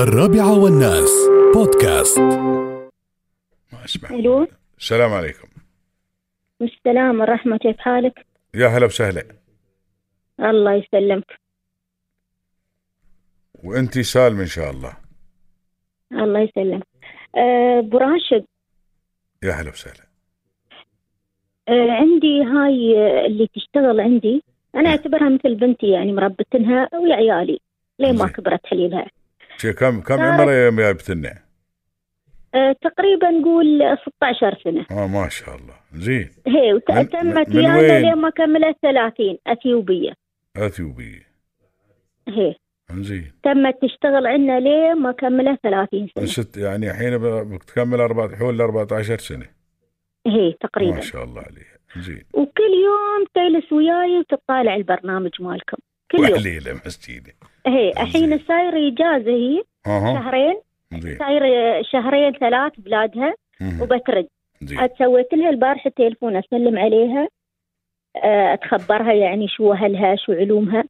الرابعة والناس بودكاست ما اسمع الو السلام عليكم السلام والرحمة كيف حالك؟ يا هلا وسهلا الله يسلمك وانت سالم ان شاء الله الله يسلمك أه أبو راشد يا هلا وسهلا أه عندي هاي آه، اللي تشتغل عندي أنا أعتبرها مثل بنتي يعني مربتنها ولعيالي لين ما زين. كبرت حليلها شي كم كم صارت- عمرها يا جايبتنا؟ أه تقريبا نقول 16 سنة اه ما شاء الله زين هي وت- من- تمت من- من ويانا وين؟ لين ما كملت 30 أثيوبية اثيوبية هي زين تمت تشتغل عندنا لين ما كملت 30 سنة ست يعني الحين ب- بتكمل اربع حول 14 سنة هي ما تقريبا شاء الله عليها زين وكل يوم تجلس وياي وتطالع البرنامج مالكم كل يوم وحليلة مسكينة هي الحين صاير اجازه هي اها شهرين زين صاير شهرين ثلاث بلادها مهم. وبترد زين عاد سويت لها البارحه تليفون اسلم عليها آه، اتخبرها يعني شو اهلها شو علومها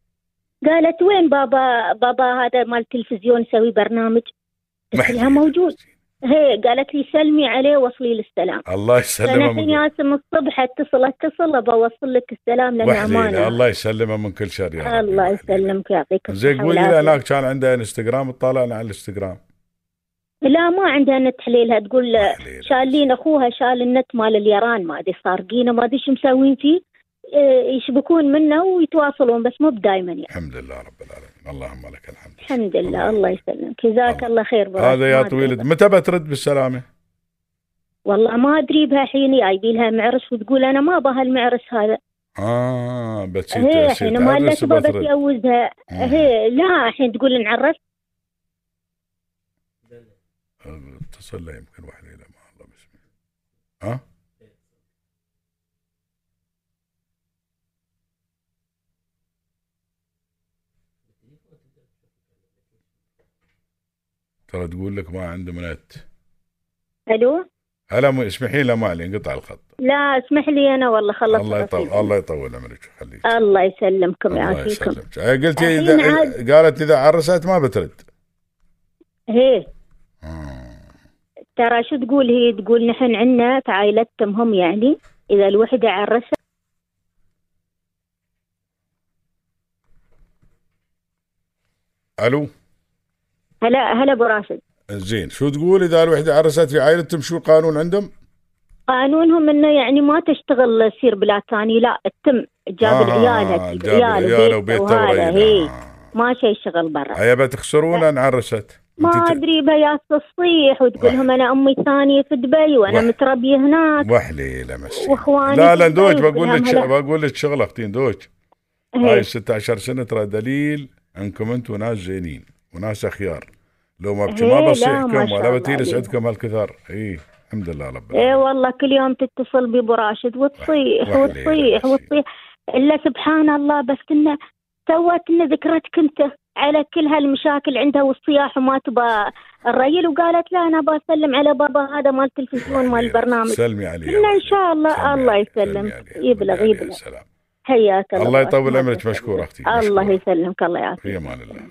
قالت وين بابا بابا هذا مال تلفزيون يسوي برنامج قلت لها محليلة موجود مسكينة. هي قالت لي سلمي عليه وصلي له السلام الله انا يسلمها من الحين يعني ياسم الصبح اتصل اتصل بوصل لك السلام لان وحليلة امانه الله يسلمها من كل شر يا رب الله يا وحليلة. يسلمك يعطيك زين الصحة قولي لي والعافية. هناك كان عندها انستغرام تطالعنا على الانستغرام لا ما عندها نت حليلها تقول وحليلة. شالين اخوها شال النت مال اليران ما ادري سارقينه ما ادري شو مسوين فيه إيه، يشبكون منه ويتواصلون بس مو بدايما يعني الحمد لله رب العالمين اللهم لك الحمد الحمد لله الله يسلمك جزاك الله. الله خير برا. هذا يا ما أدري طويل بها. متى بترد بالسلامة والله ما ادري بها حين جايبي لها معرس وتقول انا ما ابغى هالمعرس هذا اه بتصير هي تصير الحين ما تعرس لك بابا وبترد. تجوزها هي لا الحين تقول نعرس آه، اتصل له يمكن وحليلة ما الله بسم الله ها ترى تقول لك ما عنده منت الو هلا مو- اسمحي له ما عليه انقطع الخط لا اسمح لي انا والله خلصت الله يطول رصيدي. الله يطول عمرك ويخليك الله يسلمكم الله يعافيكم يسلمك هي قلت يعني الحين اذا عاد- قالت اذا عرست ما بترد هي آه. ترى شو تقول هي تقول نحن عنا في عائلتهم هم يعني إذا الوحدة عرست الو هلا هلا أبو راشد زين شو تقول اذا الوحده عرست في عائلتهم شو القانون عندهم؟ قانونهم إنه يعني ما تشتغل تصير بلاد ثانية لا تتم جاب آه، العيالة جاب العياله وبيتها وهذا وريلها. هي آه. ما شي شغل برا هيا بتخسرون ان عرست ما انت ت- أدري بياس تصيح وتقول واحد. لهم أنا أمي ثانية في دبي وأنا واحد. متربية هناك وحليله مسكينة. وإخواني لا لا في دوج البيت إيه. بقول لك ش- والهم هلا. بقول لك شغله اختين دوج هاي هي. 16 سنه ترى دليل انكم انتم ناس زينين وناس اخيار لو ما بك- إيه، ما لا، ما بصيحكم شاء ولا الله بتيلس عليهم. عندكم هالكثر اي إيه، الحمد لله رب ايه العالمين والله كل يوم تتصل بابو راشد وتصيح وحليلة وتصيح بس. وتصيح الا سبحان الله بس انه سوت انه ذكرتك انت على كل هالمشاكل عندها والصياح وما تبى الريل وقالت لا انا بسلم على بابا هذا مال التلفزيون نعم، مال وحليلة. البرنامج سلمي عليها قلنا ان وحليلة. شاء الله سلمي الله عليها. سلمي يسلمك عليها. يبلغ سلمي عليها. يبلغ سلام حياك الله الله يطول الله عمرك يسلمك. مشكور اختي الله مشكور. يسلمك الله يعافيك في امان الله